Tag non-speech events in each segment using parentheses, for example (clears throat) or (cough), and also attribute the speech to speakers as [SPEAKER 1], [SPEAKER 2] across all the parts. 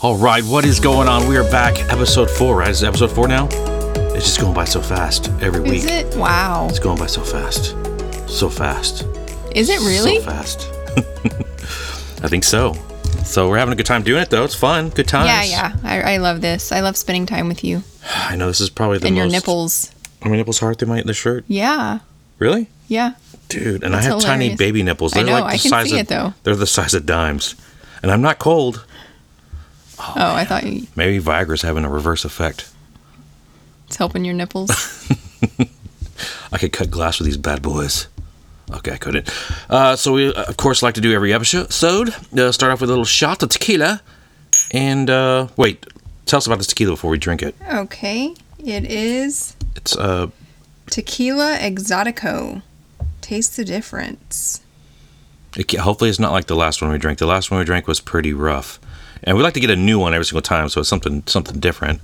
[SPEAKER 1] All right, what is going on? We are back, episode four, right? Is it episode four now? It's just going by so fast every week.
[SPEAKER 2] Is it? Wow.
[SPEAKER 1] It's going by so fast. So fast.
[SPEAKER 2] Is it really?
[SPEAKER 1] So fast. (laughs) I think so. So we're having a good time doing it, though. It's fun. Good times.
[SPEAKER 2] yeah, yeah. I, I love this. I love spending time with you
[SPEAKER 1] I know this is probably the
[SPEAKER 2] and
[SPEAKER 1] most.
[SPEAKER 2] your nipples.
[SPEAKER 1] Are my nipples hard through my the shirt?
[SPEAKER 2] Yeah.
[SPEAKER 1] Really?
[SPEAKER 2] Yeah.
[SPEAKER 1] Dude, and
[SPEAKER 2] That's
[SPEAKER 1] I have tiny
[SPEAKER 2] hilarious.
[SPEAKER 1] baby nipples.
[SPEAKER 2] I
[SPEAKER 1] They're
[SPEAKER 2] know,
[SPEAKER 1] like the
[SPEAKER 2] I can
[SPEAKER 1] size
[SPEAKER 2] see
[SPEAKER 1] of
[SPEAKER 2] it, though.
[SPEAKER 1] they're the size of dimes, and I'm not cold.
[SPEAKER 2] Oh, I thought you,
[SPEAKER 1] Maybe Viagra's having a reverse effect.
[SPEAKER 2] it's helping
[SPEAKER 1] (laughs)
[SPEAKER 2] your nipples.
[SPEAKER 1] I could cut glass with these bad boys. Okay, I couldn't. Uh, so we, uh, of course, like to do every episode. Uh, start off with a little shot of tequila, and uh, wait, tell us about this tequila before we drink it.
[SPEAKER 2] okay. It is
[SPEAKER 1] It's uh,
[SPEAKER 2] tequila exotico. Taste the difference.
[SPEAKER 1] It, ca- hopefully, it's not like the last one we drank. The last one we drank was pretty rough, and we like to get a new one every single time, so it's something something different.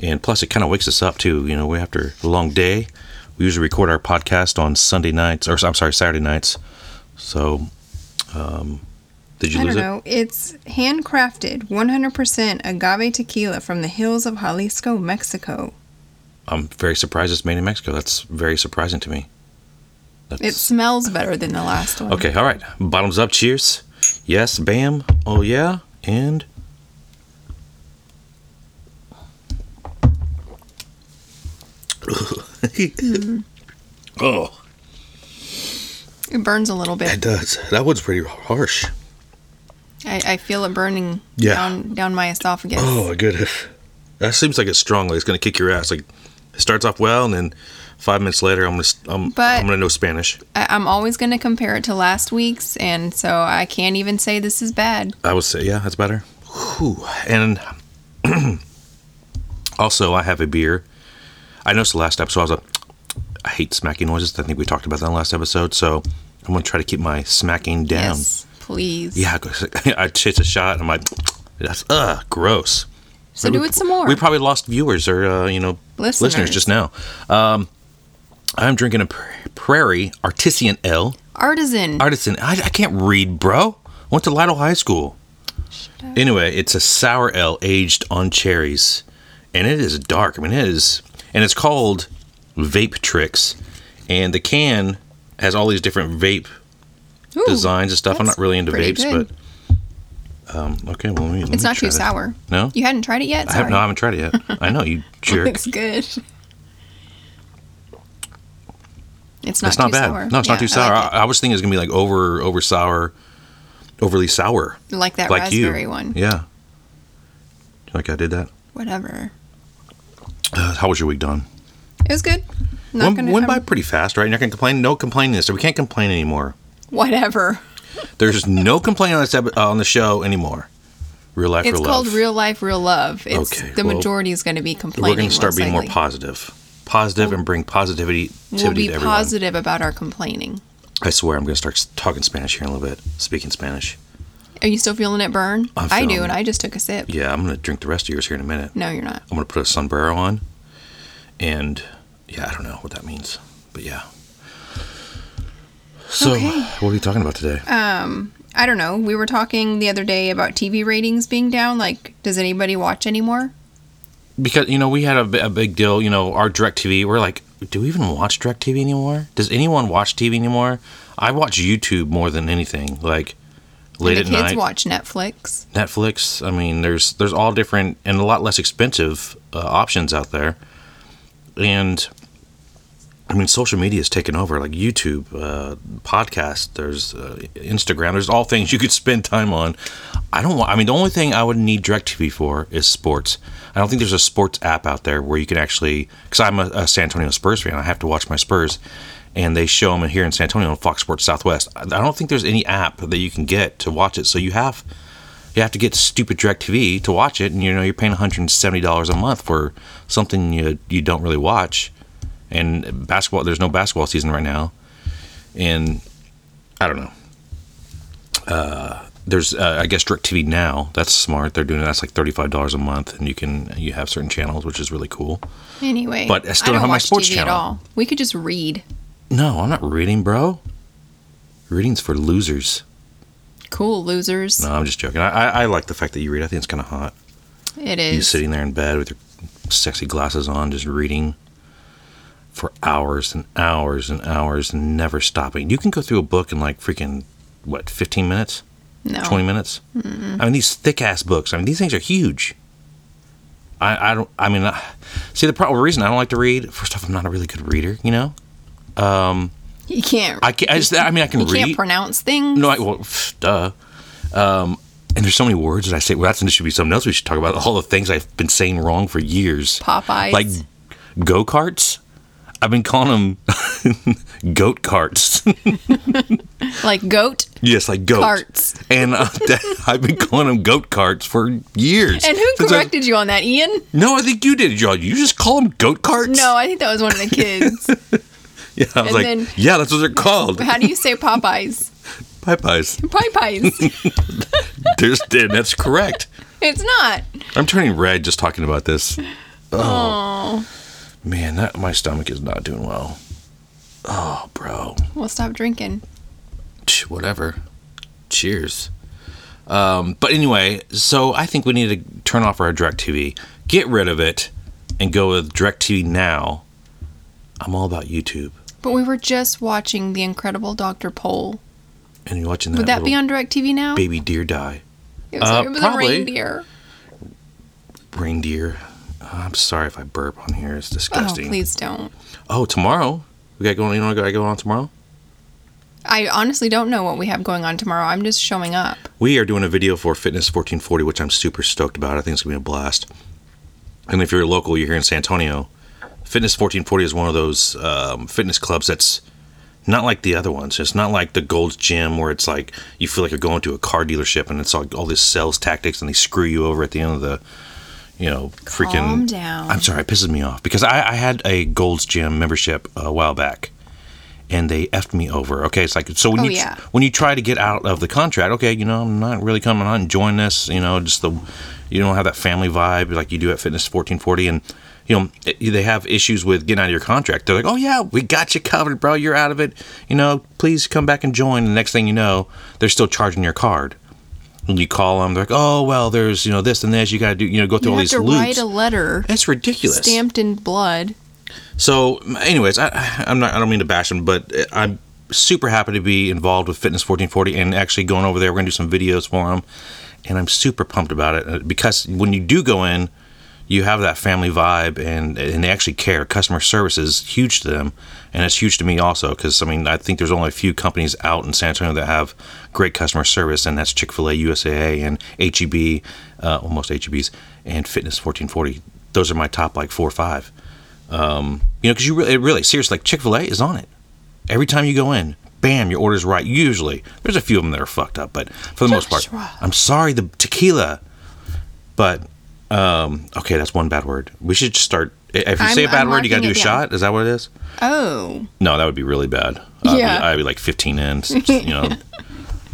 [SPEAKER 1] And plus, it kind of wakes us up too. You know, we after a long day, we usually record our podcast on Sunday nights, or I'm sorry, Saturday nights. So, um, did you
[SPEAKER 2] I
[SPEAKER 1] lose
[SPEAKER 2] don't
[SPEAKER 1] it?
[SPEAKER 2] know. It's handcrafted 100% agave tequila from the hills of Jalisco, Mexico.
[SPEAKER 1] I'm very surprised it's made in Mexico. That's very surprising to me. That's,
[SPEAKER 2] It smells better than the last one.
[SPEAKER 1] okay. All right, bottoms up. Cheers. Yes, bam. Oh yeah, and (laughs) oh.
[SPEAKER 2] It burns a little bit.
[SPEAKER 1] It does. That one's pretty harsh.
[SPEAKER 2] I, I feel it burning
[SPEAKER 1] Yeah.
[SPEAKER 2] down down my esophagus.
[SPEAKER 1] Oh my goodness. That seems like it's strongly. It's gonna kick your ass. Like it starts off well, and then five minutes later, I'm gonna I'm,
[SPEAKER 2] But-
[SPEAKER 1] I'm gonna know Spanish.
[SPEAKER 2] I, I'm always going to compare it to last week's, and so I can't even say this is bad.
[SPEAKER 1] I would say yeah, that's better. Whew. And (clears throat) also, I have a beer. I noticed the last episode. I was like, I hate smacking noises. I think we talked about that in the last episode. So I'm gonna try to keep my smacking down.
[SPEAKER 2] Yes, please.
[SPEAKER 1] Yeah, 'cause (laughs) I chase a shot. And I'm like, that's uh gross.
[SPEAKER 2] So do
[SPEAKER 1] we-
[SPEAKER 2] it some more.
[SPEAKER 1] We probably lost viewers or uh, you know listeners.
[SPEAKER 2] Listeners.
[SPEAKER 1] just now. Um, I'm drinking a pr- Prairie Artisan L.
[SPEAKER 2] Artisan.
[SPEAKER 1] Artisan. I, I can't read, bro. Went to Lytle High School. Anyway, it's a sour L aged on cherries, and it is dark. I mean, it is, and it's called Vape Tricks, and the can has all these different vape
[SPEAKER 2] Ooh,
[SPEAKER 1] designs and stuff. I'm
[SPEAKER 2] that's
[SPEAKER 1] not really into
[SPEAKER 2] pretty
[SPEAKER 1] vapes,
[SPEAKER 2] good.
[SPEAKER 1] but um, okay. Well, let me, let
[SPEAKER 2] it's
[SPEAKER 1] me
[SPEAKER 2] not
[SPEAKER 1] try
[SPEAKER 2] too
[SPEAKER 1] this.
[SPEAKER 2] sour.
[SPEAKER 1] No,
[SPEAKER 2] You hadn't tried it yet?
[SPEAKER 1] I have,
[SPEAKER 2] Sorry. (laughs)
[SPEAKER 1] no, I haven't tried it yet. I know you jerk.
[SPEAKER 2] It's good. It's not
[SPEAKER 1] It's not
[SPEAKER 2] too
[SPEAKER 1] bad.
[SPEAKER 2] sour.
[SPEAKER 1] No, it's
[SPEAKER 2] Yeah,
[SPEAKER 1] not too
[SPEAKER 2] I
[SPEAKER 1] sour. I,
[SPEAKER 2] like,
[SPEAKER 1] I, was thinking it's gonna be like over over sour, overly sour,
[SPEAKER 2] it. like that
[SPEAKER 1] like you.
[SPEAKER 2] raspberry one.
[SPEAKER 1] Yeah. Like I did that.
[SPEAKER 2] Whatever.
[SPEAKER 1] Uh, how was your week, Don?
[SPEAKER 2] It was good. Not
[SPEAKER 1] Went,
[SPEAKER 2] gonna
[SPEAKER 1] went by
[SPEAKER 2] have-
[SPEAKER 1] pretty fast, right? You're not gonna complain. No complaining this. We can't complain anymore.
[SPEAKER 2] Whatever.
[SPEAKER 1] There's no complaining on this epi- uh, on the show anymore. Real life,
[SPEAKER 2] It's
[SPEAKER 1] real
[SPEAKER 2] called
[SPEAKER 1] love.
[SPEAKER 2] real life, real love. It's
[SPEAKER 1] Okay,
[SPEAKER 2] the
[SPEAKER 1] well,
[SPEAKER 2] majority is going to be
[SPEAKER 1] We're
[SPEAKER 2] complaining.
[SPEAKER 1] gonna start
[SPEAKER 2] most
[SPEAKER 1] being more
[SPEAKER 2] likely.
[SPEAKER 1] positive, positive, and bring positivity
[SPEAKER 2] We'll
[SPEAKER 1] tivity
[SPEAKER 2] be
[SPEAKER 1] to everyone.
[SPEAKER 2] positive about our complaining.
[SPEAKER 1] I swear, I'm gonna start s- talking Spanish here in a little bit, speaking Spanish.
[SPEAKER 2] Are you still feeling it burn?
[SPEAKER 1] I'm
[SPEAKER 2] I
[SPEAKER 1] feeling
[SPEAKER 2] do, and
[SPEAKER 1] it.
[SPEAKER 2] I just took a sip.
[SPEAKER 1] Yeah, I'm gonna drink the rest of yours here in a minute.
[SPEAKER 2] No, you're not.
[SPEAKER 1] I'm gonna put a sombrero on, and yeah, I don't know what that means, but yeah. So,
[SPEAKER 2] Okay.
[SPEAKER 1] what are we talking about today?
[SPEAKER 2] I don't know. We were talking the other day about TV ratings being down. Like, does anybody watch anymore?
[SPEAKER 1] because you know we had a, bi- a big deal. You know, our Directv. We're like, do we even watch Directv anymore? Does anyone watch TV anymore? I watch YouTube more than anything. Like late
[SPEAKER 2] the
[SPEAKER 1] at
[SPEAKER 2] kids
[SPEAKER 1] night,
[SPEAKER 2] watch Netflix.
[SPEAKER 1] Netflix. I mean, there's there's all different and a lot less expensive uh, options out there, and I mean, social media is taken over. Like YouTube, uh, podcast, there's uh, Instagram. There's all things you could spend time on. I don't want. I mean, the only thing I would need Directv for is sports. I don't think there's a sports app out there where you can actually. Because I'm a, a San Antonio Spurs fan, I have to watch my Spurs, and they show them here in San Antonio on Fox Sports Southwest. I I don't think there's any app that you can get to watch it. So you have you have to get stupid DirecTV to watch it, and you know you're paying 170 dollars a month for something you you don't really watch. And basketball, there's no basketball season right now, and I don't know. Uh, there's uh, I guess DirecTV now. That's smart. They're doing that's like 35 dollars a month, and you can you have certain channels, which is really cool.
[SPEAKER 2] Anyway,
[SPEAKER 1] But I still don't have my
[SPEAKER 2] watch
[SPEAKER 1] sports
[SPEAKER 2] TV
[SPEAKER 1] channel.
[SPEAKER 2] at all. We could just read.
[SPEAKER 1] No, I'm not reading, bro. Reading's for losers.
[SPEAKER 2] Cool losers.
[SPEAKER 1] No, I'm just joking. I, I, I like the fact that you read. I think it's kind of hot.
[SPEAKER 2] It
[SPEAKER 1] You
[SPEAKER 2] is.
[SPEAKER 1] sitting there in bed with your sexy glasses on, just reading for hours and hours and hours and never stopping. You can go through a book in like freaking, what, 15 minutes?
[SPEAKER 2] no.
[SPEAKER 1] 20 minutes? I mean, these thick ass books, I mean, these things are huge. I, I don't, I mean, I, see, the problem, reason I don't like to read, first off, I'm not a really good reader, you know?
[SPEAKER 2] you can't.
[SPEAKER 1] I, can, I just, I mean, I can
[SPEAKER 2] you
[SPEAKER 1] read.
[SPEAKER 2] can't pronounce things.
[SPEAKER 1] No, I, well, pff, duh. Um, and there's so many words that I say. Well, that's, that should be something else we should talk about. All the things I've been saying wrong for years.
[SPEAKER 2] Popeyes.
[SPEAKER 1] Like go karts. I've been calling (laughs) them goat carts.
[SPEAKER 2] like goat.
[SPEAKER 1] (laughs) yes, like goat
[SPEAKER 2] Carts.
[SPEAKER 1] And uh, (laughs) that- I've been calling them goat carts for years.
[SPEAKER 2] And who
[SPEAKER 1] Since I-
[SPEAKER 2] corrected you on that, Ian?
[SPEAKER 1] no, I think you did, John. You just call them goat carts.
[SPEAKER 2] No, I think that was one of the kids.
[SPEAKER 1] (laughs) Yeah, I was
[SPEAKER 2] and
[SPEAKER 1] like,
[SPEAKER 2] then-
[SPEAKER 1] yeah, that's what they're called.
[SPEAKER 2] How do you say Popeyes?
[SPEAKER 1] Popeyes. (laughs)
[SPEAKER 2] Popeyes.
[SPEAKER 1] There's, and that's correct.
[SPEAKER 2] It's not.
[SPEAKER 1] I'm turning red just talking about this. Oh. Man, that my stomach is not doing well. Oh, bro.
[SPEAKER 2] Well, stop drinking.
[SPEAKER 1] Ch- Whatever. Cheers. Um, but anyway, so I think we need to turn off our DirecTV, get rid of it, and go with DirecTV now. I'm all about YouTube.
[SPEAKER 2] But we were just watching The Incredible Dr. Pole.
[SPEAKER 1] And you're watching that,
[SPEAKER 2] Would that be
[SPEAKER 1] little
[SPEAKER 2] on DirecTV now?
[SPEAKER 1] baby deer die.
[SPEAKER 2] It was,
[SPEAKER 1] Uh,
[SPEAKER 2] it was
[SPEAKER 1] probably.
[SPEAKER 2] a reindeer.
[SPEAKER 1] Reindeer. I'm sorry if I burp on here. It's
[SPEAKER 2] Oh,
[SPEAKER 1] disgusting.
[SPEAKER 2] please don't.
[SPEAKER 1] Oh, tomorrow. We got going. You know what I got going on tomorrow?
[SPEAKER 2] I honestly don't know what we have going on tomorrow. I'm just showing up.
[SPEAKER 1] We are doing a video for Fitness 1440, which I'm super stoked about. I think it's going to be a blast. And if you're local, you're here in San Antonio, Fitness 1440 is one of those um, fitness clubs that's not like the other ones. It's not like the Gold's Gym where it's like you feel like you're going to a car dealership and it's all, all this sales tactics and they screw you over at the end of the, you know, freaking.
[SPEAKER 2] Calm down.
[SPEAKER 1] I'm sorry, it pisses me off because I, I had a Gold's Gym membership a while back, and they effed me over. Okay, it's like so when
[SPEAKER 2] Oh,
[SPEAKER 1] you
[SPEAKER 2] yeah.
[SPEAKER 1] when you try to get out of the contract, okay, you know I'm not really coming, I'm not enjoying this. You know, just the you don't have that family vibe like you do at Fitness 1440, and you know it- they have issues with getting out of your contract. They're like, oh yeah, we got you covered, bro. You're out of it. You know, please come back and join. The next thing you know, they're still charging your card. And you call them, they're like, oh well, there's you know this and this. You got to do you know go through
[SPEAKER 2] You
[SPEAKER 1] all
[SPEAKER 2] have
[SPEAKER 1] these
[SPEAKER 2] to
[SPEAKER 1] loops.
[SPEAKER 2] write a letter
[SPEAKER 1] That's ridiculous.
[SPEAKER 2] stamped in blood.
[SPEAKER 1] So, anyways, I, I'm not. I don't mean to bash him, but I'm super happy to be involved with Fitness 1440 and actually going over there. We're gonna do some videos for him, and I'm super pumped about it uh, because when you do go in, you have that family vibe and and they actually care. Customer service is huge to them, and it's huge to me also because I mean I think there's only a few companies out in San Antonio that have great customer service, and that's Chick Fil A, USAA, and HEB, uh, almost HEBs, and Fitness 1440. Those are my top like four or five. Um, You know, because you really, really, seriously, like Chick fil A is on it. Every time you go in, bam, your order's right. Usually, there's a few of them that are fucked up, but for the most
[SPEAKER 2] Joshua.
[SPEAKER 1] part, I'm sorry, the tequila. But, um, okay, that's one bad word. We should just start. If you
[SPEAKER 2] I'm-
[SPEAKER 1] say a bad
[SPEAKER 2] I'm
[SPEAKER 1] word, you got to do a
[SPEAKER 2] marking it down.
[SPEAKER 1] shot. Is that what it is?
[SPEAKER 2] Oh,
[SPEAKER 1] No, that would be really bad. I'd
[SPEAKER 2] Yeah.
[SPEAKER 1] Be, I'd be like 15 in, s- (laughs) you know.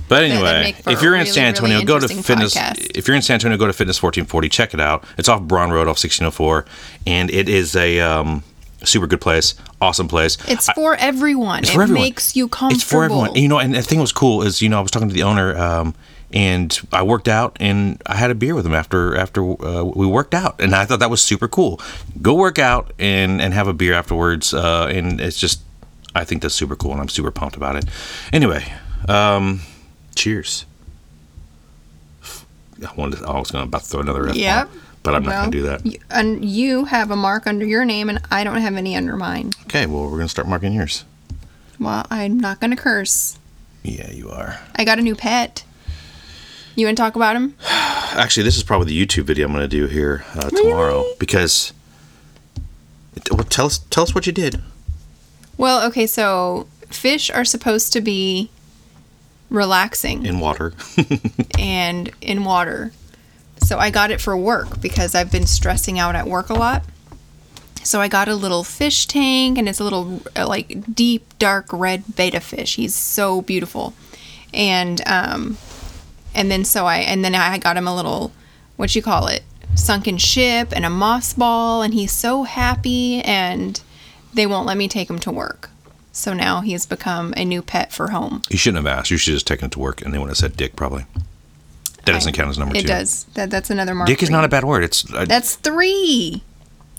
[SPEAKER 1] But anyway,
[SPEAKER 2] make for
[SPEAKER 1] if
[SPEAKER 2] a
[SPEAKER 1] you're in
[SPEAKER 2] really,
[SPEAKER 1] San
[SPEAKER 2] really
[SPEAKER 1] Antonio, go to
[SPEAKER 2] interesting
[SPEAKER 1] fitness.
[SPEAKER 2] podcast.
[SPEAKER 1] If you're in San Antonio, go to Fitness 1440. Check it out. It's off Braun Road, off 1604, and it is a um, super good place, awesome place.
[SPEAKER 2] it's for everyone.
[SPEAKER 1] It's
[SPEAKER 2] it
[SPEAKER 1] for everyone.
[SPEAKER 2] makes you comfortable.
[SPEAKER 1] It's for everyone. And, you know, and the thing that was cool is, you know, I was talking to the owner, um, and I worked out, and I had a beer with him after after uh, we worked out, and I thought that was super cool. Go work out and and have a beer afterwards, uh, and it's just, I think that's super cool, and I'm super pumped about it. Anyway, um, cheers. I wanted. To, I was going to about to throw another. F-bomb,
[SPEAKER 2] Yep.
[SPEAKER 1] But I'm not
[SPEAKER 2] Well,
[SPEAKER 1] going to do that.
[SPEAKER 2] you- and you have a mark under your name, and I don't have any under mine.
[SPEAKER 1] Okay. Well, we're going to start marking yours.
[SPEAKER 2] Well, I'm not going to curse.
[SPEAKER 1] Yeah, you are.
[SPEAKER 2] I got a new pet. You want to talk about him?
[SPEAKER 1] actually this is probably the youtube video i'm going to do here uh, tomorrow because well, tell us tell us what you did
[SPEAKER 2] Well, okay, so fish are supposed to be relaxing
[SPEAKER 1] in water
[SPEAKER 2] and in water. So I got it for work because I've been stressing out at work a lot. So I got a little fish tank and it's a little uh, like deep dark red betta fish. He's so beautiful. And um and then so I and then I got him a little what you call it? sunken ship and a moss ball and he's so happy and they won't let me take him to work. So now he's become a new pet for home.
[SPEAKER 1] you shouldn't have asked you should have just taken it to work and they would have said dick probably That doesn't count as number
[SPEAKER 2] it
[SPEAKER 1] two.
[SPEAKER 2] does. That that's another mark.
[SPEAKER 1] Dick is
[SPEAKER 2] for
[SPEAKER 1] not
[SPEAKER 2] you.
[SPEAKER 1] a bad word. It's uh,
[SPEAKER 2] That's three.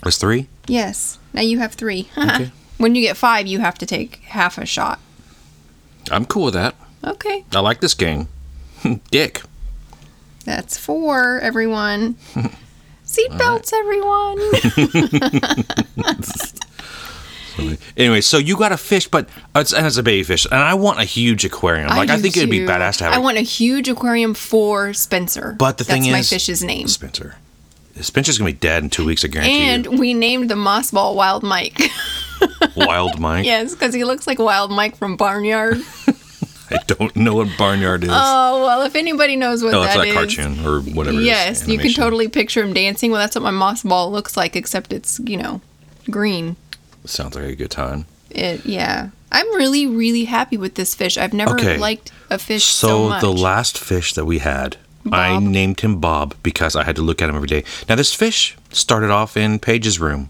[SPEAKER 1] it's three.
[SPEAKER 2] Yes. Now you have three. (laughs)
[SPEAKER 1] Okay.
[SPEAKER 2] When you get five, you have to take half a shot.
[SPEAKER 1] I'm cool with that.
[SPEAKER 2] Okay.
[SPEAKER 1] I like this game. (laughs) Dick.
[SPEAKER 2] That's four,
[SPEAKER 1] (laughs)
[SPEAKER 2] everyone. Seatbelts, everyone.
[SPEAKER 1] Anyway, so you got a fish, but it's, and it's a baby fish, and I want a huge aquarium. Like I,
[SPEAKER 2] do
[SPEAKER 1] think it'd be
[SPEAKER 2] too.
[SPEAKER 1] badass to have.
[SPEAKER 2] I
[SPEAKER 1] a-
[SPEAKER 2] want a huge aquarium for Spencer.
[SPEAKER 1] But the thing
[SPEAKER 2] That's my
[SPEAKER 1] is-
[SPEAKER 2] fish's name.
[SPEAKER 1] Spencer. Spencer's gonna be dead in two weeks. I guarantee
[SPEAKER 2] And we named the moss ball Wild Mike. (laughs)
[SPEAKER 1] you. Wild Mike.
[SPEAKER 2] yes, because he looks like Wild Mike from Barnyard.
[SPEAKER 1] I don't know what barnyard is.
[SPEAKER 2] (laughs) oh well, if anybody knows what
[SPEAKER 1] oh, it's
[SPEAKER 2] that
[SPEAKER 1] that
[SPEAKER 2] is,
[SPEAKER 1] cartoon or whatever. it is,
[SPEAKER 2] Yes, you can
[SPEAKER 1] animation.
[SPEAKER 2] totally picture him dancing. Well, that's what my moss ball looks like, except it's you know green.
[SPEAKER 1] Sounds like a good time.
[SPEAKER 2] It yeah. I'm really really happy with this fish. I've never
[SPEAKER 1] Okay.
[SPEAKER 2] liked a fish so,
[SPEAKER 1] So,
[SPEAKER 2] much.
[SPEAKER 1] the last fish that we had, I
[SPEAKER 2] Bob.
[SPEAKER 1] named him Bob because I had to look at him every day. Now this fish started off in Paige's room.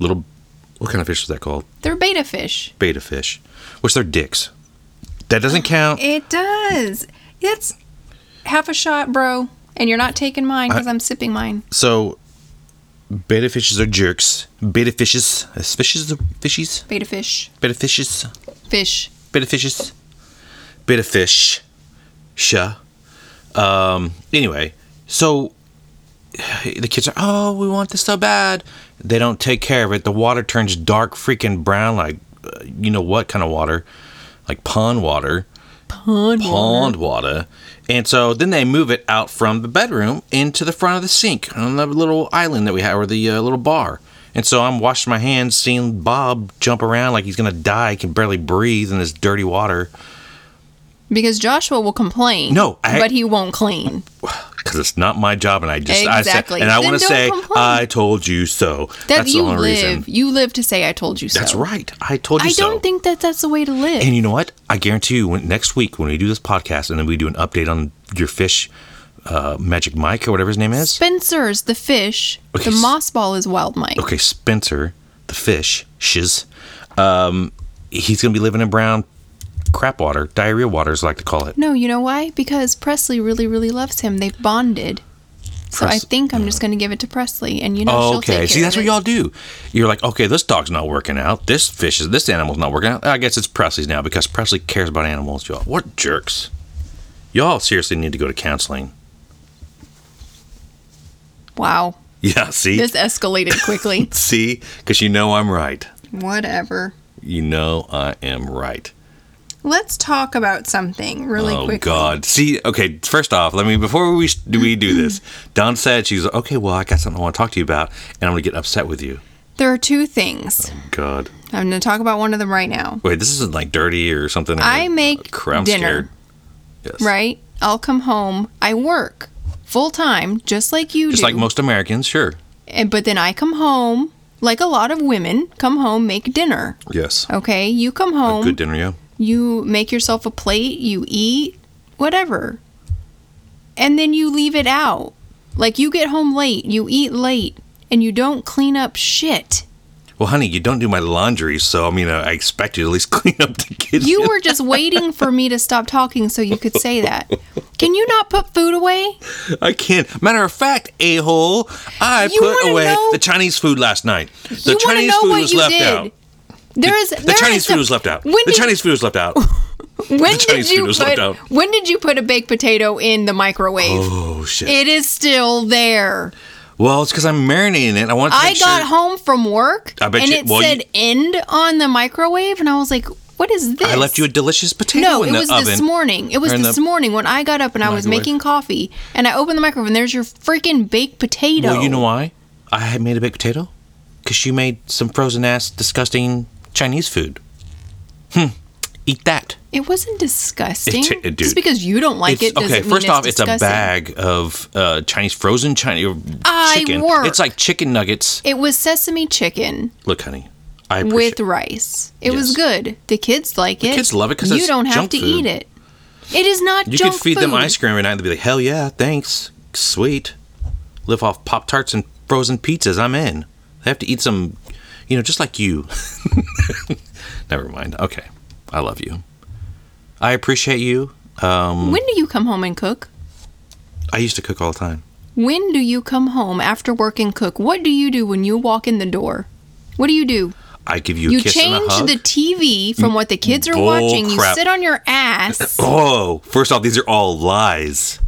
[SPEAKER 1] Little, what kind of fish was that called?
[SPEAKER 2] They're beta fish.
[SPEAKER 1] Beta fish, which they're dicks. That doesn't count.
[SPEAKER 2] Oh, It does. It's half a shot, bro. And you're not taking mine because I'm sipping mine.
[SPEAKER 1] So, beta fishes are jerks. Beta fishes, fishes, fishies,
[SPEAKER 2] Beta fish.
[SPEAKER 1] beta fishes,
[SPEAKER 2] Fish.
[SPEAKER 1] beta fishes, beta fish, sha. Um. Anyway, so (sighs) the kids are, oh, we want this so bad. They don't take care of it. The water turns dark, freaking brown, like uh, you know what kind of water, like pond water.
[SPEAKER 2] Pond.
[SPEAKER 1] pond water. And so then they move it out from the bedroom into the front of the sink on the little island that we have, or the uh, little bar. And so I'm washing my hands, seeing Bob jump around like he's gonna die. He can barely breathe in this dirty water
[SPEAKER 2] Because Joshua will complain.
[SPEAKER 1] No, I-
[SPEAKER 2] but he won't clean.
[SPEAKER 1] because it's not my job. And I just I
[SPEAKER 2] Exactly.
[SPEAKER 1] said, and I
[SPEAKER 2] Then
[SPEAKER 1] want to
[SPEAKER 2] don't
[SPEAKER 1] say,
[SPEAKER 2] complain.
[SPEAKER 1] I told you so.
[SPEAKER 2] That
[SPEAKER 1] that's
[SPEAKER 2] you
[SPEAKER 1] the only
[SPEAKER 2] live.
[SPEAKER 1] reason.
[SPEAKER 2] You live to say I told you so.
[SPEAKER 1] That's right. I told you
[SPEAKER 2] I
[SPEAKER 1] so.
[SPEAKER 2] don't think that that's the way to live.
[SPEAKER 1] And you know what? I guarantee you, when, next week when we do this podcast and then we do an update on your fish, uh, Magic Mike or whatever his name is.
[SPEAKER 2] Spencer's the fish.
[SPEAKER 1] Okay,
[SPEAKER 2] The
[SPEAKER 1] s-
[SPEAKER 2] moss ball is Wild Mike.
[SPEAKER 1] okay, Spencer, the fish, shiz, um, he's gonna be living in brown crap water, diarrhea water, as I like to call it.
[SPEAKER 2] No, you know why? Because Presley really, really loves him. They've bonded. So I
[SPEAKER 1] Pres-
[SPEAKER 2] think I'm just going to give it to Presley, and you know she'll take
[SPEAKER 1] Oh, okay,
[SPEAKER 2] care
[SPEAKER 1] see, that's
[SPEAKER 2] of
[SPEAKER 1] what
[SPEAKER 2] it.
[SPEAKER 1] y'all do. You're like, okay, this dog's not working out. This fish is, this animal's not working out. I guess it's Presley's now because Presley cares about animals, y'all. What jerks? Y'all seriously need to go to counseling. (laughs)
[SPEAKER 2] Wow,
[SPEAKER 1] Yeah, see,
[SPEAKER 2] this escalated
[SPEAKER 1] (laughs)
[SPEAKER 2] quickly.
[SPEAKER 1] see, because you know I'm right.
[SPEAKER 2] Whatever.
[SPEAKER 1] You know I am right.
[SPEAKER 2] Let's talk about something really
[SPEAKER 1] oh
[SPEAKER 2] quickly.
[SPEAKER 1] God! See, okay. First off, let me before we do we do this. Don said she's like, okay. Well, I got something I want to talk to you about, and I'm gonna get upset with you.
[SPEAKER 2] There are two things.
[SPEAKER 1] God,
[SPEAKER 2] I'm going to talk about one of them right now.
[SPEAKER 1] wait. This isn't like dirty or something.
[SPEAKER 2] I make
[SPEAKER 1] Crap, I'm
[SPEAKER 2] dinner,
[SPEAKER 1] Yes.
[SPEAKER 2] right? I'll come home. I work full time, just like you
[SPEAKER 1] Just
[SPEAKER 2] do.
[SPEAKER 1] like most Americans, sure.
[SPEAKER 2] And- but then I come home, like a lot of women, come home, make dinner.
[SPEAKER 1] Yes.
[SPEAKER 2] Okay, you come
[SPEAKER 1] Good
[SPEAKER 2] home,
[SPEAKER 1] dinner, yeah.
[SPEAKER 2] you make yourself a plate, you eat, whatever. And then you leave it out. Like you get home late, you eat late, and you don't clean up shit.
[SPEAKER 1] Well, honey, you don't do my laundry, so I mean, uh, I expect you to at least (laughs) clean up the kitchen.
[SPEAKER 2] You were
[SPEAKER 1] (laughs)
[SPEAKER 2] just waiting for me to stop talking so you could say that. Can you not put food away?
[SPEAKER 1] I can't. Matter of fact, a hole, I
[SPEAKER 2] You
[SPEAKER 1] put
[SPEAKER 2] wanna
[SPEAKER 1] away
[SPEAKER 2] know-
[SPEAKER 1] the Chinese food last night. The
[SPEAKER 2] you wanna
[SPEAKER 1] Chinese
[SPEAKER 2] know
[SPEAKER 1] food
[SPEAKER 2] what
[SPEAKER 1] was
[SPEAKER 2] you
[SPEAKER 1] left
[SPEAKER 2] did.
[SPEAKER 1] out.
[SPEAKER 2] There is
[SPEAKER 1] The Chinese food was left out.
[SPEAKER 2] When
[SPEAKER 1] the
[SPEAKER 2] did,
[SPEAKER 1] Chinese food was left
[SPEAKER 2] (laughs)
[SPEAKER 1] out.
[SPEAKER 2] when
[SPEAKER 1] Chinese
[SPEAKER 2] did you
[SPEAKER 1] food was
[SPEAKER 2] put,
[SPEAKER 1] left out.
[SPEAKER 2] When did you put a baked potato in the microwave?
[SPEAKER 1] Oh shit.
[SPEAKER 2] It is still there.
[SPEAKER 1] Well, it's because I'm marinating it. I want to
[SPEAKER 2] I
[SPEAKER 1] make sure.
[SPEAKER 2] got home from work
[SPEAKER 1] I bet
[SPEAKER 2] and
[SPEAKER 1] you-
[SPEAKER 2] it
[SPEAKER 1] well, you-
[SPEAKER 2] said end on the microwave, and I was like, "What is this?"
[SPEAKER 1] I left you a delicious potato
[SPEAKER 2] no,
[SPEAKER 1] in
[SPEAKER 2] it
[SPEAKER 1] the
[SPEAKER 2] was
[SPEAKER 1] oven.
[SPEAKER 2] this morning. It was
[SPEAKER 1] or in
[SPEAKER 2] this
[SPEAKER 1] the-
[SPEAKER 2] morning when I got up and I was
[SPEAKER 1] Microwave.
[SPEAKER 2] making coffee, and I opened the microwave, and there's your freaking baked potato.
[SPEAKER 1] Well, you know why? I had made a baked potato because you made some frozen ass, disgusting Chinese food. Hmm. Eat that.
[SPEAKER 2] It wasn't disgusting.
[SPEAKER 1] It- it- dude.
[SPEAKER 2] Just because you don't like
[SPEAKER 1] It's-
[SPEAKER 2] it doesn't
[SPEAKER 1] okay,
[SPEAKER 2] mean
[SPEAKER 1] first
[SPEAKER 2] it's
[SPEAKER 1] off,
[SPEAKER 2] disgusting.
[SPEAKER 1] it's a bag of uh, Chinese frozen Chinese
[SPEAKER 2] I
[SPEAKER 1] chicken.
[SPEAKER 2] work.
[SPEAKER 1] It's like chicken nuggets.
[SPEAKER 2] It was sesame chicken
[SPEAKER 1] Look, honey, I
[SPEAKER 2] with
[SPEAKER 1] appreciate.
[SPEAKER 2] rice. It
[SPEAKER 1] Yes.
[SPEAKER 2] was good. The kids like it.
[SPEAKER 1] kids love it 'cause
[SPEAKER 2] you
[SPEAKER 1] it's
[SPEAKER 2] don't have
[SPEAKER 1] junk
[SPEAKER 2] to
[SPEAKER 1] food.
[SPEAKER 2] eat it. It is not
[SPEAKER 1] you
[SPEAKER 2] junk
[SPEAKER 1] could feed
[SPEAKER 2] food.
[SPEAKER 1] them ice cream every night, and they'd be like, "Hell yeah, thanks, sweet." Live off Pop Tarts and frozen pizzas. I'm in. They have to eat some, you know, just like you. (laughs) Never mind. Okay, I love you. I appreciate you.
[SPEAKER 2] When do you come home and cook?
[SPEAKER 1] I used to cook all the time.
[SPEAKER 2] When do you come home after work and cook? What do you do when you walk in the door? What do you do?
[SPEAKER 1] I give you a
[SPEAKER 2] You
[SPEAKER 1] kiss and
[SPEAKER 2] change
[SPEAKER 1] a hug.
[SPEAKER 2] the TV from what the kids are
[SPEAKER 1] Bull
[SPEAKER 2] watching. You
[SPEAKER 1] crap.
[SPEAKER 2] sit on your
[SPEAKER 1] (laughs)
[SPEAKER 2] ass.
[SPEAKER 1] oh, first off, these are all lies.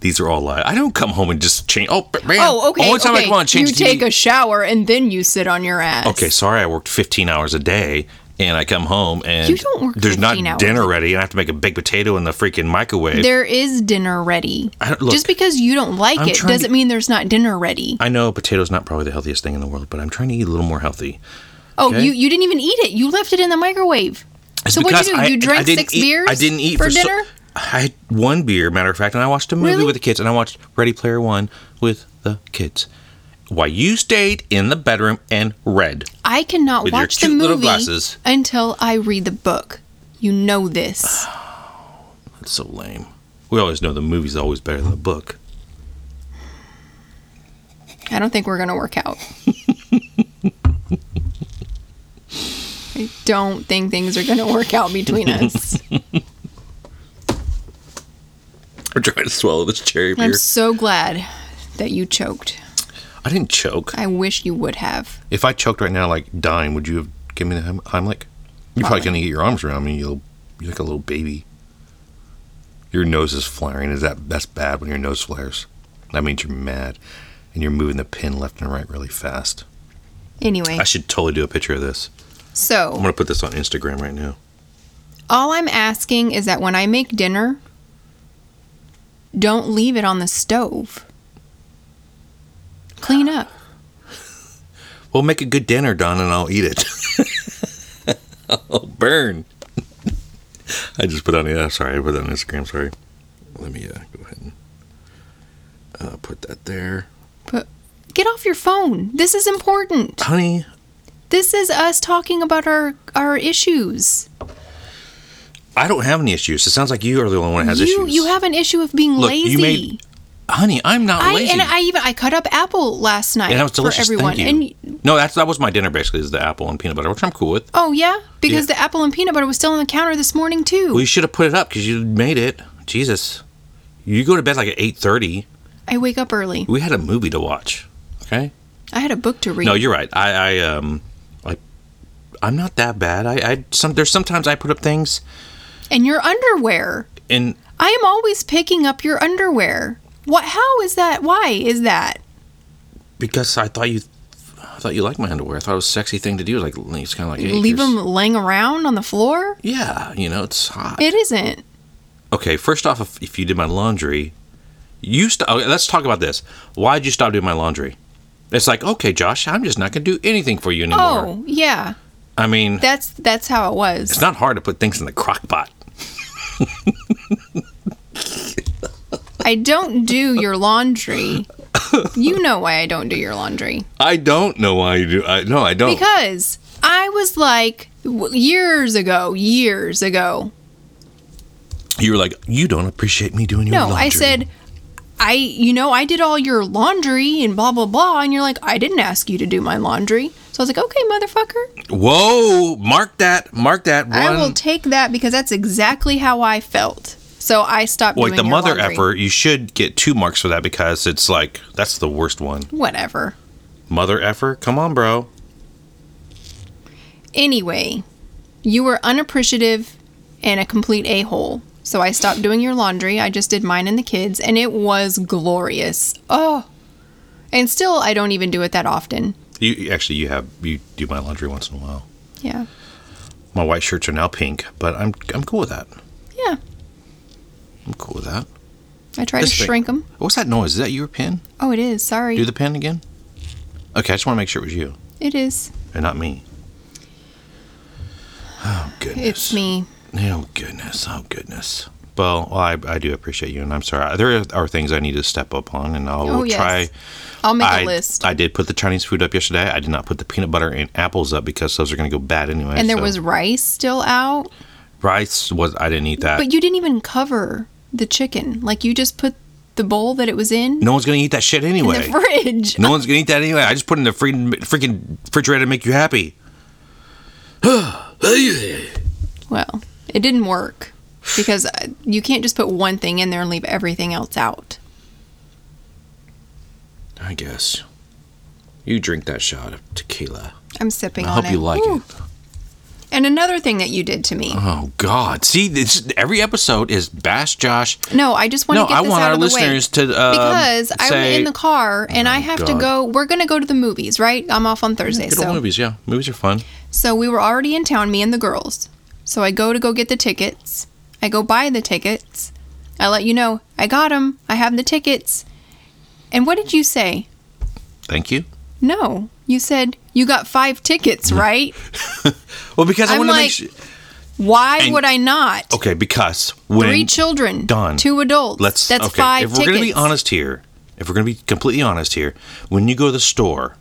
[SPEAKER 1] These are all lies. I don't come home and just change. Oh, man.
[SPEAKER 2] Oh, okay.
[SPEAKER 1] Only time
[SPEAKER 2] okay.
[SPEAKER 1] I come on, change
[SPEAKER 2] You
[SPEAKER 1] the TV.
[SPEAKER 2] take a shower and then you sit on your ass.
[SPEAKER 1] okay, sorry, I worked 15 hours a day. And I come home and
[SPEAKER 2] You don't work
[SPEAKER 1] there's
[SPEAKER 2] 15
[SPEAKER 1] not
[SPEAKER 2] hours.
[SPEAKER 1] dinner ready, and I have to make a baked potato in the freaking microwave.
[SPEAKER 2] There is dinner ready.
[SPEAKER 1] I don't- look.
[SPEAKER 2] Just because you don't like
[SPEAKER 1] I'm
[SPEAKER 2] it
[SPEAKER 1] trying to-
[SPEAKER 2] doesn't mean there's not dinner ready.
[SPEAKER 1] I know potatoes not probably the healthiest thing in the world, but I'm trying to eat a little more healthy.
[SPEAKER 2] Oh,
[SPEAKER 1] Okay.
[SPEAKER 2] you, you didn't even eat it. You left it in the microwave.
[SPEAKER 1] It's
[SPEAKER 2] so what'd
[SPEAKER 1] because
[SPEAKER 2] you do?
[SPEAKER 1] I-
[SPEAKER 2] you
[SPEAKER 1] I
[SPEAKER 2] drank
[SPEAKER 1] didn't
[SPEAKER 2] six
[SPEAKER 1] eat-
[SPEAKER 2] beers
[SPEAKER 1] I didn't eat
[SPEAKER 2] for,
[SPEAKER 1] so-
[SPEAKER 2] dinner?
[SPEAKER 1] I had one beer, matter of fact, and I watched a movie
[SPEAKER 2] Really?
[SPEAKER 1] with the kids, and I watched Ready Player One with the kids. While you stayed in the bedroom and read.
[SPEAKER 2] I cannot
[SPEAKER 1] With your
[SPEAKER 2] watch the
[SPEAKER 1] cute little
[SPEAKER 2] movie
[SPEAKER 1] glasses.
[SPEAKER 2] until I read the book. You know this.
[SPEAKER 1] That's so lame. We always know the movie's always better than the book.
[SPEAKER 2] I don't think we're going to work out. I don't think things are going to work
[SPEAKER 1] (laughs)
[SPEAKER 2] out between us.
[SPEAKER 1] I'm trying to swallow this cherry beer.
[SPEAKER 2] I'm so glad that you choked.
[SPEAKER 1] I didn't choke.
[SPEAKER 2] I wish you would have.
[SPEAKER 1] If I choked right now, like dying, would you have given me the Heim- Heimlich? You're probably gonna get your arms around me. You'll, you're like a little baby. Your nose is flaring. Is that that's bad when your nose flares? That means you're mad, and you're moving the pin left and right really fast.
[SPEAKER 2] Anyway,
[SPEAKER 1] I should totally do a picture of this.
[SPEAKER 2] so.
[SPEAKER 1] I'm gonna put this on Instagram right now.
[SPEAKER 2] All I'm asking is that when I make dinner, don't leave it on the stove. Clean up.
[SPEAKER 1] Well, make a good dinner, Don, and I'll eat it. (laughs) I'll burn. I just put on. Yeah, sorry, I put that on Instagram. Sorry. Let me uh, go ahead and uh, put that there,
[SPEAKER 2] But get off your phone. This is important.
[SPEAKER 1] honey.
[SPEAKER 2] This is us talking about our our issues.
[SPEAKER 1] I don't have any issues. It sounds like you are the only one that has
[SPEAKER 2] you
[SPEAKER 1] issues.
[SPEAKER 2] you have an issue of being
[SPEAKER 1] Look,
[SPEAKER 2] lazy.
[SPEAKER 1] you made honey. I'm not
[SPEAKER 2] I
[SPEAKER 1] lazy.
[SPEAKER 2] and I even I cut up apple last night
[SPEAKER 1] And that was
[SPEAKER 2] for
[SPEAKER 1] delicious.
[SPEAKER 2] everyone.
[SPEAKER 1] Thank you.
[SPEAKER 2] And
[SPEAKER 1] no, that's that was my dinner. Basically, is the apple and peanut butter, which I'm cool with.
[SPEAKER 2] oh yeah, because
[SPEAKER 1] Yeah.
[SPEAKER 2] the apple and peanut butter was still on the counter this morning too.
[SPEAKER 1] Well, you should have put it up because you made it. Jesus, you go to bed like at eight thirty.
[SPEAKER 2] I wake up early.
[SPEAKER 1] We had a movie to watch. Okay.
[SPEAKER 2] I had a book to read.
[SPEAKER 1] No, you're right. I, I um, I, I'm not that bad. I, I some there's sometimes I put up things
[SPEAKER 2] and your underwear.
[SPEAKER 1] and
[SPEAKER 2] I am always picking up your underwear. What? How is that? Why is that?
[SPEAKER 1] because I thought you, I thought you liked my underwear. I thought it was a sexy thing to do. Like it's kind of like hey,
[SPEAKER 2] Leave
[SPEAKER 1] here's-
[SPEAKER 2] them laying around on the floor?
[SPEAKER 1] Yeah, you know it's hot.
[SPEAKER 2] It isn't.
[SPEAKER 1] okay, first off, if, if you did my laundry, you st- okay, let's talk about this. Why'd you stop doing my laundry? It's like, okay, Josh, I'm just not gonna do anything for you anymore.
[SPEAKER 2] Oh yeah,
[SPEAKER 1] I mean,
[SPEAKER 2] that's that's how it
[SPEAKER 1] it's
[SPEAKER 2] was.
[SPEAKER 1] not hard to put things in the crock pot.
[SPEAKER 2] I don't do your laundry. You know why I don't do your laundry
[SPEAKER 1] I don't know why you do. I no, I don't.
[SPEAKER 2] because I was like w- years ago, years ago.
[SPEAKER 1] you were like, you don't appreciate me doing your
[SPEAKER 2] No,
[SPEAKER 1] laundry.
[SPEAKER 2] I said. I, you know, I did all your laundry and blah, blah, blah. And you're like, I didn't ask you to do my laundry. So I was like, okay, motherfucker.
[SPEAKER 1] whoa, mark that, mark that one.
[SPEAKER 2] I will take that because that's exactly how I felt. So I stopped
[SPEAKER 1] Wait,
[SPEAKER 2] doing
[SPEAKER 1] the
[SPEAKER 2] your
[SPEAKER 1] mother
[SPEAKER 2] laundry.
[SPEAKER 1] effer, you should get two marks for that because it's like that's the worst one.
[SPEAKER 2] Whatever.
[SPEAKER 1] Mother effer, come on, bro.
[SPEAKER 2] Anyway, you were unappreciative and a complete a hole. So I stopped doing your laundry. I just did mine and the kids, and it was glorious. Oh. And still, I don't even do it that often.
[SPEAKER 1] You actually, you have you do my laundry once in a while.
[SPEAKER 2] Yeah.
[SPEAKER 1] My white shirts are now pink, but I'm I'm cool with that.
[SPEAKER 2] Yeah.
[SPEAKER 1] I'm cool with that.
[SPEAKER 2] I try
[SPEAKER 1] This
[SPEAKER 2] to
[SPEAKER 1] thing-
[SPEAKER 2] shrink them.
[SPEAKER 1] What's that noise? Is that your pin?
[SPEAKER 2] Oh, it is. Sorry.
[SPEAKER 1] Do the pin again? Okay, I just want to make sure it was you
[SPEAKER 2] it is.
[SPEAKER 1] and not me. Oh goodness.
[SPEAKER 2] It's me.
[SPEAKER 1] Oh goodness. Oh goodness. Well, I, I do appreciate you, and I'm sorry. There are things I need to step up on, and I'll
[SPEAKER 2] Oh, yes.
[SPEAKER 1] try.
[SPEAKER 2] I'll make
[SPEAKER 1] I
[SPEAKER 2] a list.
[SPEAKER 1] I did put the Chinese food up yesterday. I did not put the peanut butter and apples up because those are going to go bad anyway.
[SPEAKER 2] and there
[SPEAKER 1] so-
[SPEAKER 2] was rice still out.
[SPEAKER 1] rice was I didn't eat that.
[SPEAKER 2] But you didn't even cover the chicken. Like you just put the bowl that it was in
[SPEAKER 1] no one's going to eat that shit
[SPEAKER 2] in
[SPEAKER 1] anyway.
[SPEAKER 2] the fridge.
[SPEAKER 1] No one's gonna eat that anyway. I just put it in the freaking freaking refrigerator to make you happy.
[SPEAKER 2] Well, it didn't work because uh, you can't just put one thing in there and leave everything else out.
[SPEAKER 1] I guess. You drink that shot of tequila.
[SPEAKER 2] I'm sipping
[SPEAKER 1] I
[SPEAKER 2] on
[SPEAKER 1] hope you
[SPEAKER 2] it.
[SPEAKER 1] like
[SPEAKER 2] Ooh.
[SPEAKER 1] it.
[SPEAKER 2] And another thing that you did to me.
[SPEAKER 1] Oh God! See, this, every episode is bash Josh.
[SPEAKER 2] No, I just want
[SPEAKER 1] No,
[SPEAKER 2] to get
[SPEAKER 1] I
[SPEAKER 2] this
[SPEAKER 1] want
[SPEAKER 2] out
[SPEAKER 1] our
[SPEAKER 2] of the
[SPEAKER 1] listeners
[SPEAKER 2] way.
[SPEAKER 1] to, um,
[SPEAKER 2] because
[SPEAKER 1] say- Oh
[SPEAKER 2] I'm in the car and I have to
[SPEAKER 1] God.
[SPEAKER 2] go. We're gonna go to the movies, right? I'm off on Thursday,
[SPEAKER 1] Good
[SPEAKER 2] so
[SPEAKER 1] old movies, yeah. Movies are fun.
[SPEAKER 2] so we were already in town, me and the girls. So I go to go get the tickets. I go buy the tickets. I let you know I got them. I have the tickets. And what did you say?
[SPEAKER 1] Thank you.
[SPEAKER 2] No, you said you got five tickets, right?
[SPEAKER 1] Well, because I
[SPEAKER 2] I'm
[SPEAKER 1] want to make
[SPEAKER 2] like-
[SPEAKER 1] sure.
[SPEAKER 2] Why
[SPEAKER 1] And-
[SPEAKER 2] would I not?
[SPEAKER 1] Okay, because when
[SPEAKER 2] Three children,
[SPEAKER 1] done,
[SPEAKER 2] two adults.
[SPEAKER 1] let's
[SPEAKER 2] That's
[SPEAKER 1] okay,
[SPEAKER 2] five
[SPEAKER 1] If we're
[SPEAKER 2] tickets.
[SPEAKER 1] gonna be honest here, if we're gonna be completely honest here, when you go to the store,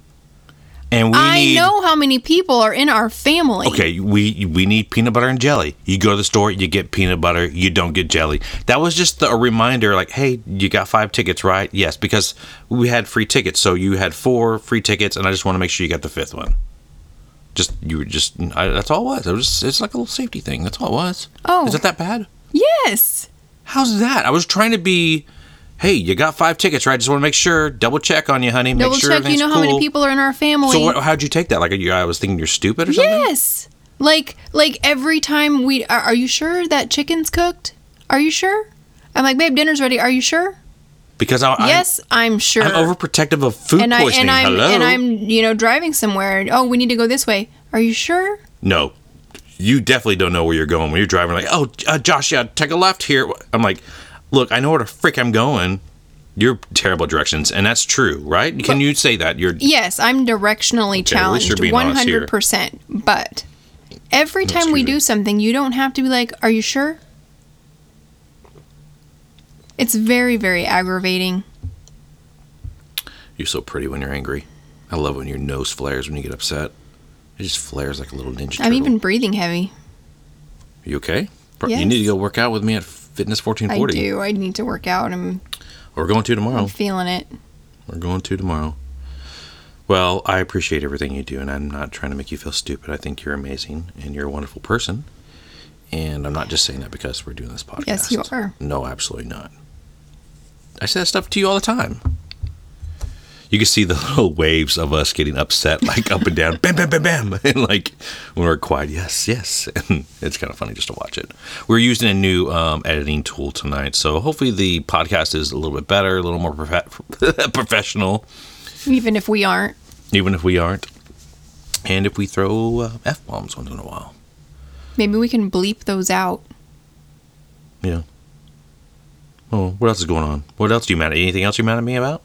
[SPEAKER 1] and we
[SPEAKER 2] I
[SPEAKER 1] need
[SPEAKER 2] know how many people are in our family.
[SPEAKER 1] okay, we we need peanut butter and jelly. You go to the store, you get peanut butter, you don't get jelly. That was just the, a reminder, like, hey, you got five tickets, right? Yes, because we had free tickets, so you had four free tickets, and I just want to make sure you got the fifth one. Just you were just I, that's all it was. It was just, it's like a little safety thing. That's all it was.
[SPEAKER 2] Oh.
[SPEAKER 1] is it that bad?
[SPEAKER 2] Yes.
[SPEAKER 1] How's that? I was trying to be. Hey, you got five tickets, right? Just want to make sure, double check on you, honey.
[SPEAKER 2] Double
[SPEAKER 1] make sure
[SPEAKER 2] check. You
[SPEAKER 1] everything's
[SPEAKER 2] know how many
[SPEAKER 1] cool.
[SPEAKER 2] people are in our family.
[SPEAKER 1] So what, how'd you take that? Like, you, I was thinking you're stupid or something.
[SPEAKER 2] yes. Like like every time we are, are you sure that chicken's cooked? Are you sure? I'm like, babe, dinner's ready. Are you sure?
[SPEAKER 1] Because I,
[SPEAKER 2] yes, I'm sure.
[SPEAKER 1] I'm, I'm overprotective of food
[SPEAKER 2] and I
[SPEAKER 1] poisoning.
[SPEAKER 2] and I'm
[SPEAKER 1] Hello.
[SPEAKER 2] and I'm you know driving somewhere. And, oh, we need to go this way. Are you sure?
[SPEAKER 1] no, you definitely don't know where you're going when you're driving. Like, oh, uh, Josh, yeah, take a left here. I'm like, look, I know where the frick I'm going. You're terrible directions, and that's true, right? Can you say that? You're
[SPEAKER 2] Yes, I'm directionally
[SPEAKER 1] at least
[SPEAKER 2] challenged
[SPEAKER 1] you're being honest here.
[SPEAKER 2] 100%. But every time we
[SPEAKER 1] true.
[SPEAKER 2] do something, you don't have to be like, "Are you sure?" It's very very aggravating.
[SPEAKER 1] you're so pretty when you're angry. I love when your nose flares when you get upset. It just flares like a little ninja.
[SPEAKER 2] I'm
[SPEAKER 1] turtle.
[SPEAKER 2] even breathing heavy.
[SPEAKER 1] You okay? Bro, You
[SPEAKER 2] Yes.
[SPEAKER 1] need to go work out with me at Fitness
[SPEAKER 2] I
[SPEAKER 1] 1440.
[SPEAKER 2] do. I need to work out. I'm
[SPEAKER 1] We're going to tomorrow.
[SPEAKER 2] feeling it.
[SPEAKER 1] We're going to tomorrow. Well, I appreciate everything you do, and I'm not trying to make you feel stupid. I think you're amazing, and you're a wonderful person. And I'm not just saying that because we're doing this podcast.
[SPEAKER 2] Yes, you are.
[SPEAKER 1] No, absolutely not. I say that stuff to you all the time. You can see the (laughs) little waves of us getting upset, like up and down, (laughs) bam, bam, bam, bam, and like when we're quiet, yes, yes, (laughs) and it's kind of funny just to watch it. We're using a new um, editing tool tonight, so hopefully the podcast is a little bit better, a little more profe- (laughs) professional,
[SPEAKER 2] Even if we aren't.
[SPEAKER 1] even if we aren't, and if we throw uh, f bombs once in a while,
[SPEAKER 2] Maybe we can bleep those out.
[SPEAKER 1] yeah. Oh, what else is going on? What else are you mad at? Anything else you're mad at me about?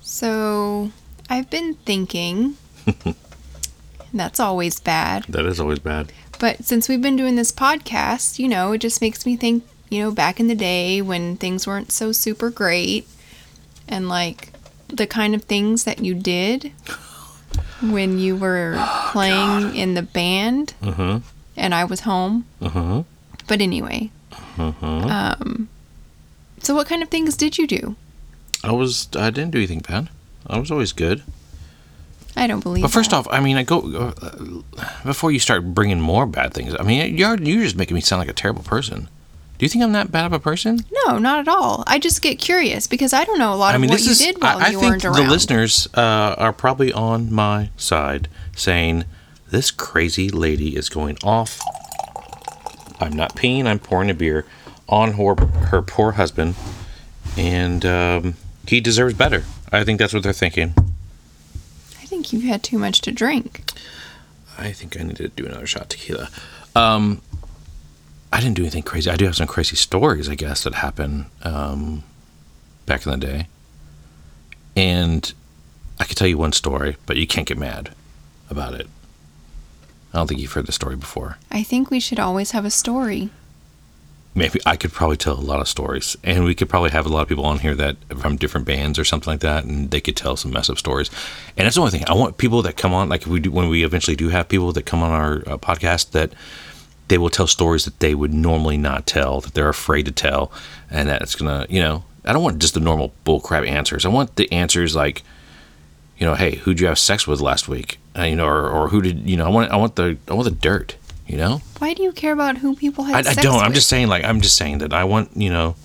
[SPEAKER 2] So, I've been
[SPEAKER 1] (laughs)
[SPEAKER 2] thinking. That's always bad.
[SPEAKER 1] That is always bad.
[SPEAKER 2] But since we've been doing this podcast, you know, it just makes me think, you know, back in the day when things weren't so super great and like the kind of things that
[SPEAKER 1] (laughs)
[SPEAKER 2] you did when you were
[SPEAKER 1] Oh,
[SPEAKER 2] playing in the band
[SPEAKER 1] Mm-hmm.
[SPEAKER 2] and I was home.
[SPEAKER 1] Uh-huh.
[SPEAKER 2] But anyway.
[SPEAKER 1] Mm-hmm.
[SPEAKER 2] Um, so, what kind of things did you do?
[SPEAKER 1] I was. I didn't do anything bad. I was always good.
[SPEAKER 2] I don't believe
[SPEAKER 1] But first
[SPEAKER 2] that.
[SPEAKER 1] off, I mean, I go uh, before you start bringing more bad things. I mean, you're you're just making me sound like a terrible person. Do you think I'm that bad of a person?
[SPEAKER 2] No, not at all. I just get curious because I don't know a lot
[SPEAKER 1] I mean,
[SPEAKER 2] of what
[SPEAKER 1] this
[SPEAKER 2] you
[SPEAKER 1] is.
[SPEAKER 2] did while
[SPEAKER 1] I, I
[SPEAKER 2] you
[SPEAKER 1] think
[SPEAKER 2] weren't
[SPEAKER 1] the
[SPEAKER 2] around.
[SPEAKER 1] listeners uh, are probably on my side, saying this crazy lady is going off. I'm not peeing. I'm pouring a beer on her her poor husband, and um, he deserves better. I think that's what they're thinking.
[SPEAKER 2] I think you had too much to drink.
[SPEAKER 1] I think I need to do another shot of tequila. Um, I didn't do anything crazy. I do have some crazy stories, I guess, that happened um, back in the day. And I could tell you one story, but you can't get mad about it. I don't think you've heard this story before.
[SPEAKER 2] I think we should always have a story.
[SPEAKER 1] Maybe I could probably tell a lot of stories, and we could probably have a lot of people on here that from different bands or something like that, and they could tell some mess up stories. And that's the only thing I want people that come on, like if we do when we eventually do have people that come on our uh, podcast, that they will tell stories that they would normally not tell, that they're afraid to tell, and that it's gonna, you know, I don't want just the normal bullcrap answers. I want the answers like, you know, hey, who'd you have sex with last week? Uh, you know, or, or who did you know? I want I want the I want the dirt, you know.
[SPEAKER 2] Why do you care about who people had
[SPEAKER 1] I, I
[SPEAKER 2] sex
[SPEAKER 1] don't. I'm
[SPEAKER 2] with?
[SPEAKER 1] just saying, like, I'm just saying that I want, you know,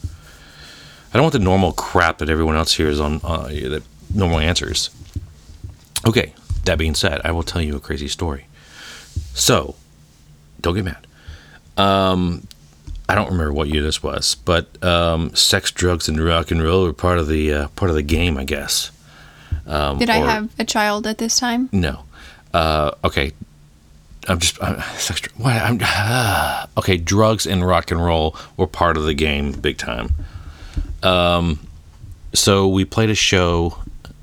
[SPEAKER 1] I don't want the normal crap that everyone else hears on uh, that normal answers. Okay, that being said, I will tell you a crazy story. So, don't get mad. Um, I don't remember what year this was, but um, sex, drugs, and rock and roll were part of the uh, part of the game, I guess.
[SPEAKER 2] Did I
[SPEAKER 1] or-
[SPEAKER 2] have a child at this time?
[SPEAKER 1] No. Uh, okay. I'm just I'm, sex. dr- What? I'm ah. okay. Drugs and rock and roll were part of the game, big time. Um, so we played a show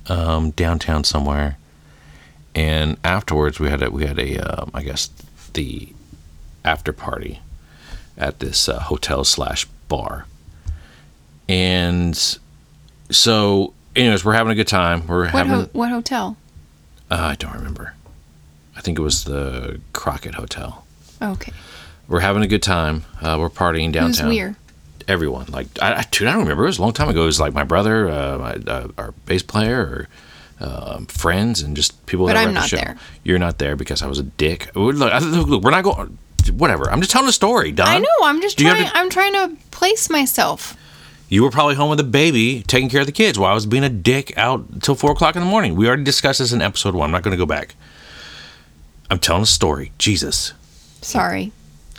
[SPEAKER 1] um, downtown somewhere, and afterwards we had a we had a um, I guess the after party at this uh, hotel slash bar, and so anyways we're having a good time. We're
[SPEAKER 2] What
[SPEAKER 1] having
[SPEAKER 2] ho- what hotel?
[SPEAKER 1] uh, I don't remember. I think it was the Crockett Hotel.
[SPEAKER 2] Okay.
[SPEAKER 1] We're having a good time. Uh, we're partying
[SPEAKER 2] Who's
[SPEAKER 1] downtown.
[SPEAKER 2] weird?
[SPEAKER 1] Everyone, like, I, I, dude, I don't remember. It was a long time ago. It was like my brother, uh, my, uh, our bass player, or um, friends, and just people.
[SPEAKER 2] But
[SPEAKER 1] that
[SPEAKER 2] I'm
[SPEAKER 1] were at the
[SPEAKER 2] not
[SPEAKER 1] show.
[SPEAKER 2] there.
[SPEAKER 1] You're not there because I was a dick. Look, I- look, look, we're not going. Whatever. I'm just telling a story, Don.
[SPEAKER 2] I know. I'm just
[SPEAKER 1] Do you have
[SPEAKER 2] trying.
[SPEAKER 1] to-
[SPEAKER 2] I'm trying to place myself.
[SPEAKER 1] You were probably home with a baby, taking care of the kids, while I was being a dick out till four o'clock in the morning. We already discussed this in episode one. I'm not going to go back. I'm telling a story. Jesus.
[SPEAKER 2] Sorry.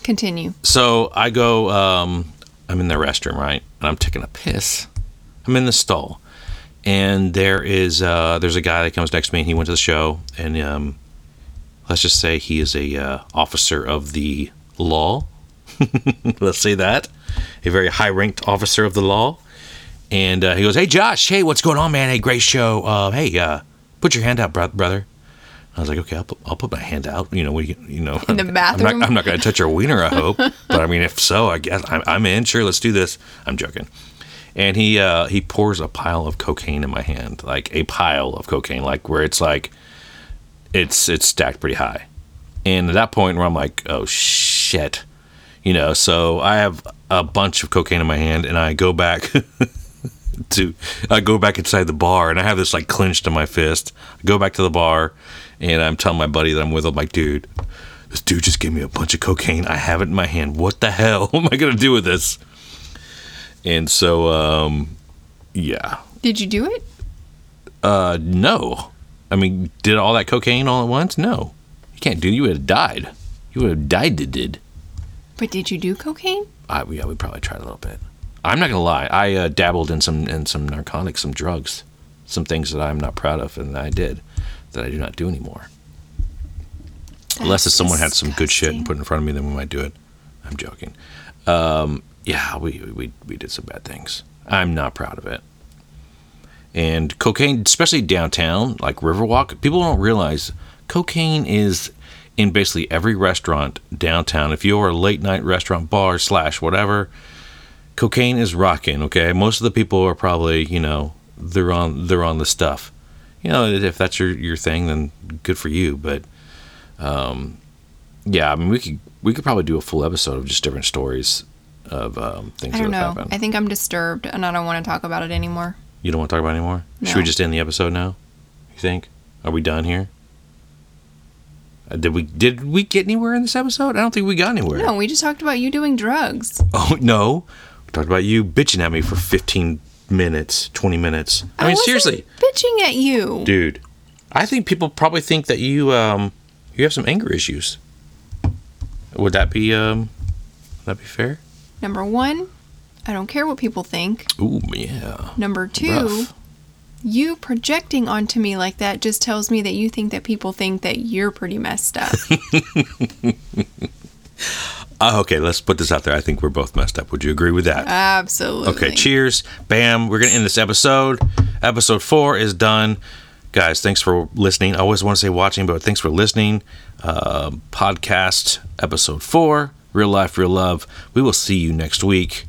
[SPEAKER 2] Continue.
[SPEAKER 1] So I go, um, I'm in the restroom, right? And I'm taking a piss. I'm in the stall. And there is uh, there's a guy that comes next to me and he went to the show and um, let's just say he is a uh, officer of the law. (laughs) let's say that. A very high ranked officer of the law. And uh, he goes, Hey Josh, hey, what's going on, man? Hey, great show. Uh, hey, uh, put your hand out, bro- brother. I was like, okay, I'll put, I'll put my hand out. You know, we, you know,
[SPEAKER 2] In the
[SPEAKER 1] (laughs) I'm
[SPEAKER 2] bathroom?
[SPEAKER 1] not, I'm not going to touch your wiener, I
[SPEAKER 2] (laughs)
[SPEAKER 1] hope. but I mean, if so, I guess I'm, I'm in. Sure, let's do this. I'm joking. And he uh, he pours a pile of cocaine in my hand, like a pile of cocaine, like where it's like it's it's stacked pretty high. And at that point, where I'm like, oh shit, you know. So I have a bunch of cocaine in my hand, and I go back (laughs) to I go back inside the bar and I have this like clenched in my fist. I go back to the bar and I'm telling my buddy that I'm with. I'm like, dude, this dude just gave me a bunch of cocaine. I have it in my hand. What the hell (laughs) am I gonna do with this? And so, um, yeah,
[SPEAKER 2] Did you do it?
[SPEAKER 1] uh, no. I mean, did all that cocaine all at once? No, you can't do. You would have died. You would have died. Did did.
[SPEAKER 2] But did you do cocaine?
[SPEAKER 1] I, yeah, we probably tried a little bit. I'm not gonna lie. I uh, dabbled in some in some narcotics, some drugs, some things that I'm not proud of, and I did that I do not do anymore. Unless if
[SPEAKER 2] That's
[SPEAKER 1] someone had some good shit and
[SPEAKER 2] disgusting.
[SPEAKER 1] put in front of me, then we might do it. I'm joking. Um, yeah, we, we we did some bad things. I'm not proud of it. And cocaine, especially downtown, like Riverwalk, people don't realize cocaine is in basically every restaurant downtown. If you're a late night restaurant bar slash whatever, cocaine is rocking. Okay, most of the people are probably you know they're on they're on the stuff. You know, if that's your your thing, then good for you. But um, yeah, I mean, we could we could probably do a full episode of just different stories of um, things
[SPEAKER 2] I don't
[SPEAKER 1] that
[SPEAKER 2] know.
[SPEAKER 1] have happened.
[SPEAKER 2] I think I'm disturbed, and I don't want to talk about it anymore.
[SPEAKER 1] you don't want to talk about it anymore. Should we
[SPEAKER 2] No.
[SPEAKER 1] just end the episode now? You think? Are we done here? Uh, did we did we get anywhere in this episode? I don't think we got anywhere.
[SPEAKER 2] No, we just talked about you doing drugs.
[SPEAKER 1] (laughs) Oh no, we talked about you bitching at me for fifteen minutes, twenty minutes. I, mean,
[SPEAKER 2] wasn't
[SPEAKER 1] seriously,
[SPEAKER 2] bitching at you.
[SPEAKER 1] dude. I think people probably think that you um you have some anger issues. Would that be um would that be fair?
[SPEAKER 2] Number one, I don't care what people think.
[SPEAKER 1] Ooh yeah.
[SPEAKER 2] Number two,
[SPEAKER 1] Rough.
[SPEAKER 2] you projecting onto me like that just tells me that you think that people think that you're pretty messed
[SPEAKER 1] (laughs)
[SPEAKER 2] up.
[SPEAKER 1] Uh, okay, let's put this out there. I think we're both messed up. Would you agree with that?
[SPEAKER 2] Absolutely.
[SPEAKER 1] Okay, cheers. Bam. We're going to end this episode. Episode four is done. Guys, thanks for listening. I always want to say watching, but thanks for listening. Uh, podcast episode four Real Life, Real Love. We will see you next week.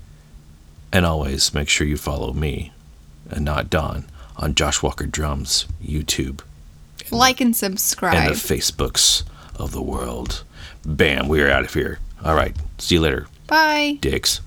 [SPEAKER 1] And always make sure you follow me and not Don on Josh Walker Drums YouTube
[SPEAKER 2] like and
[SPEAKER 1] and
[SPEAKER 2] subscribe.
[SPEAKER 1] the Facebooks of the world. Bam. We are out of here. All right. See you later,
[SPEAKER 2] Bye.
[SPEAKER 1] dicks.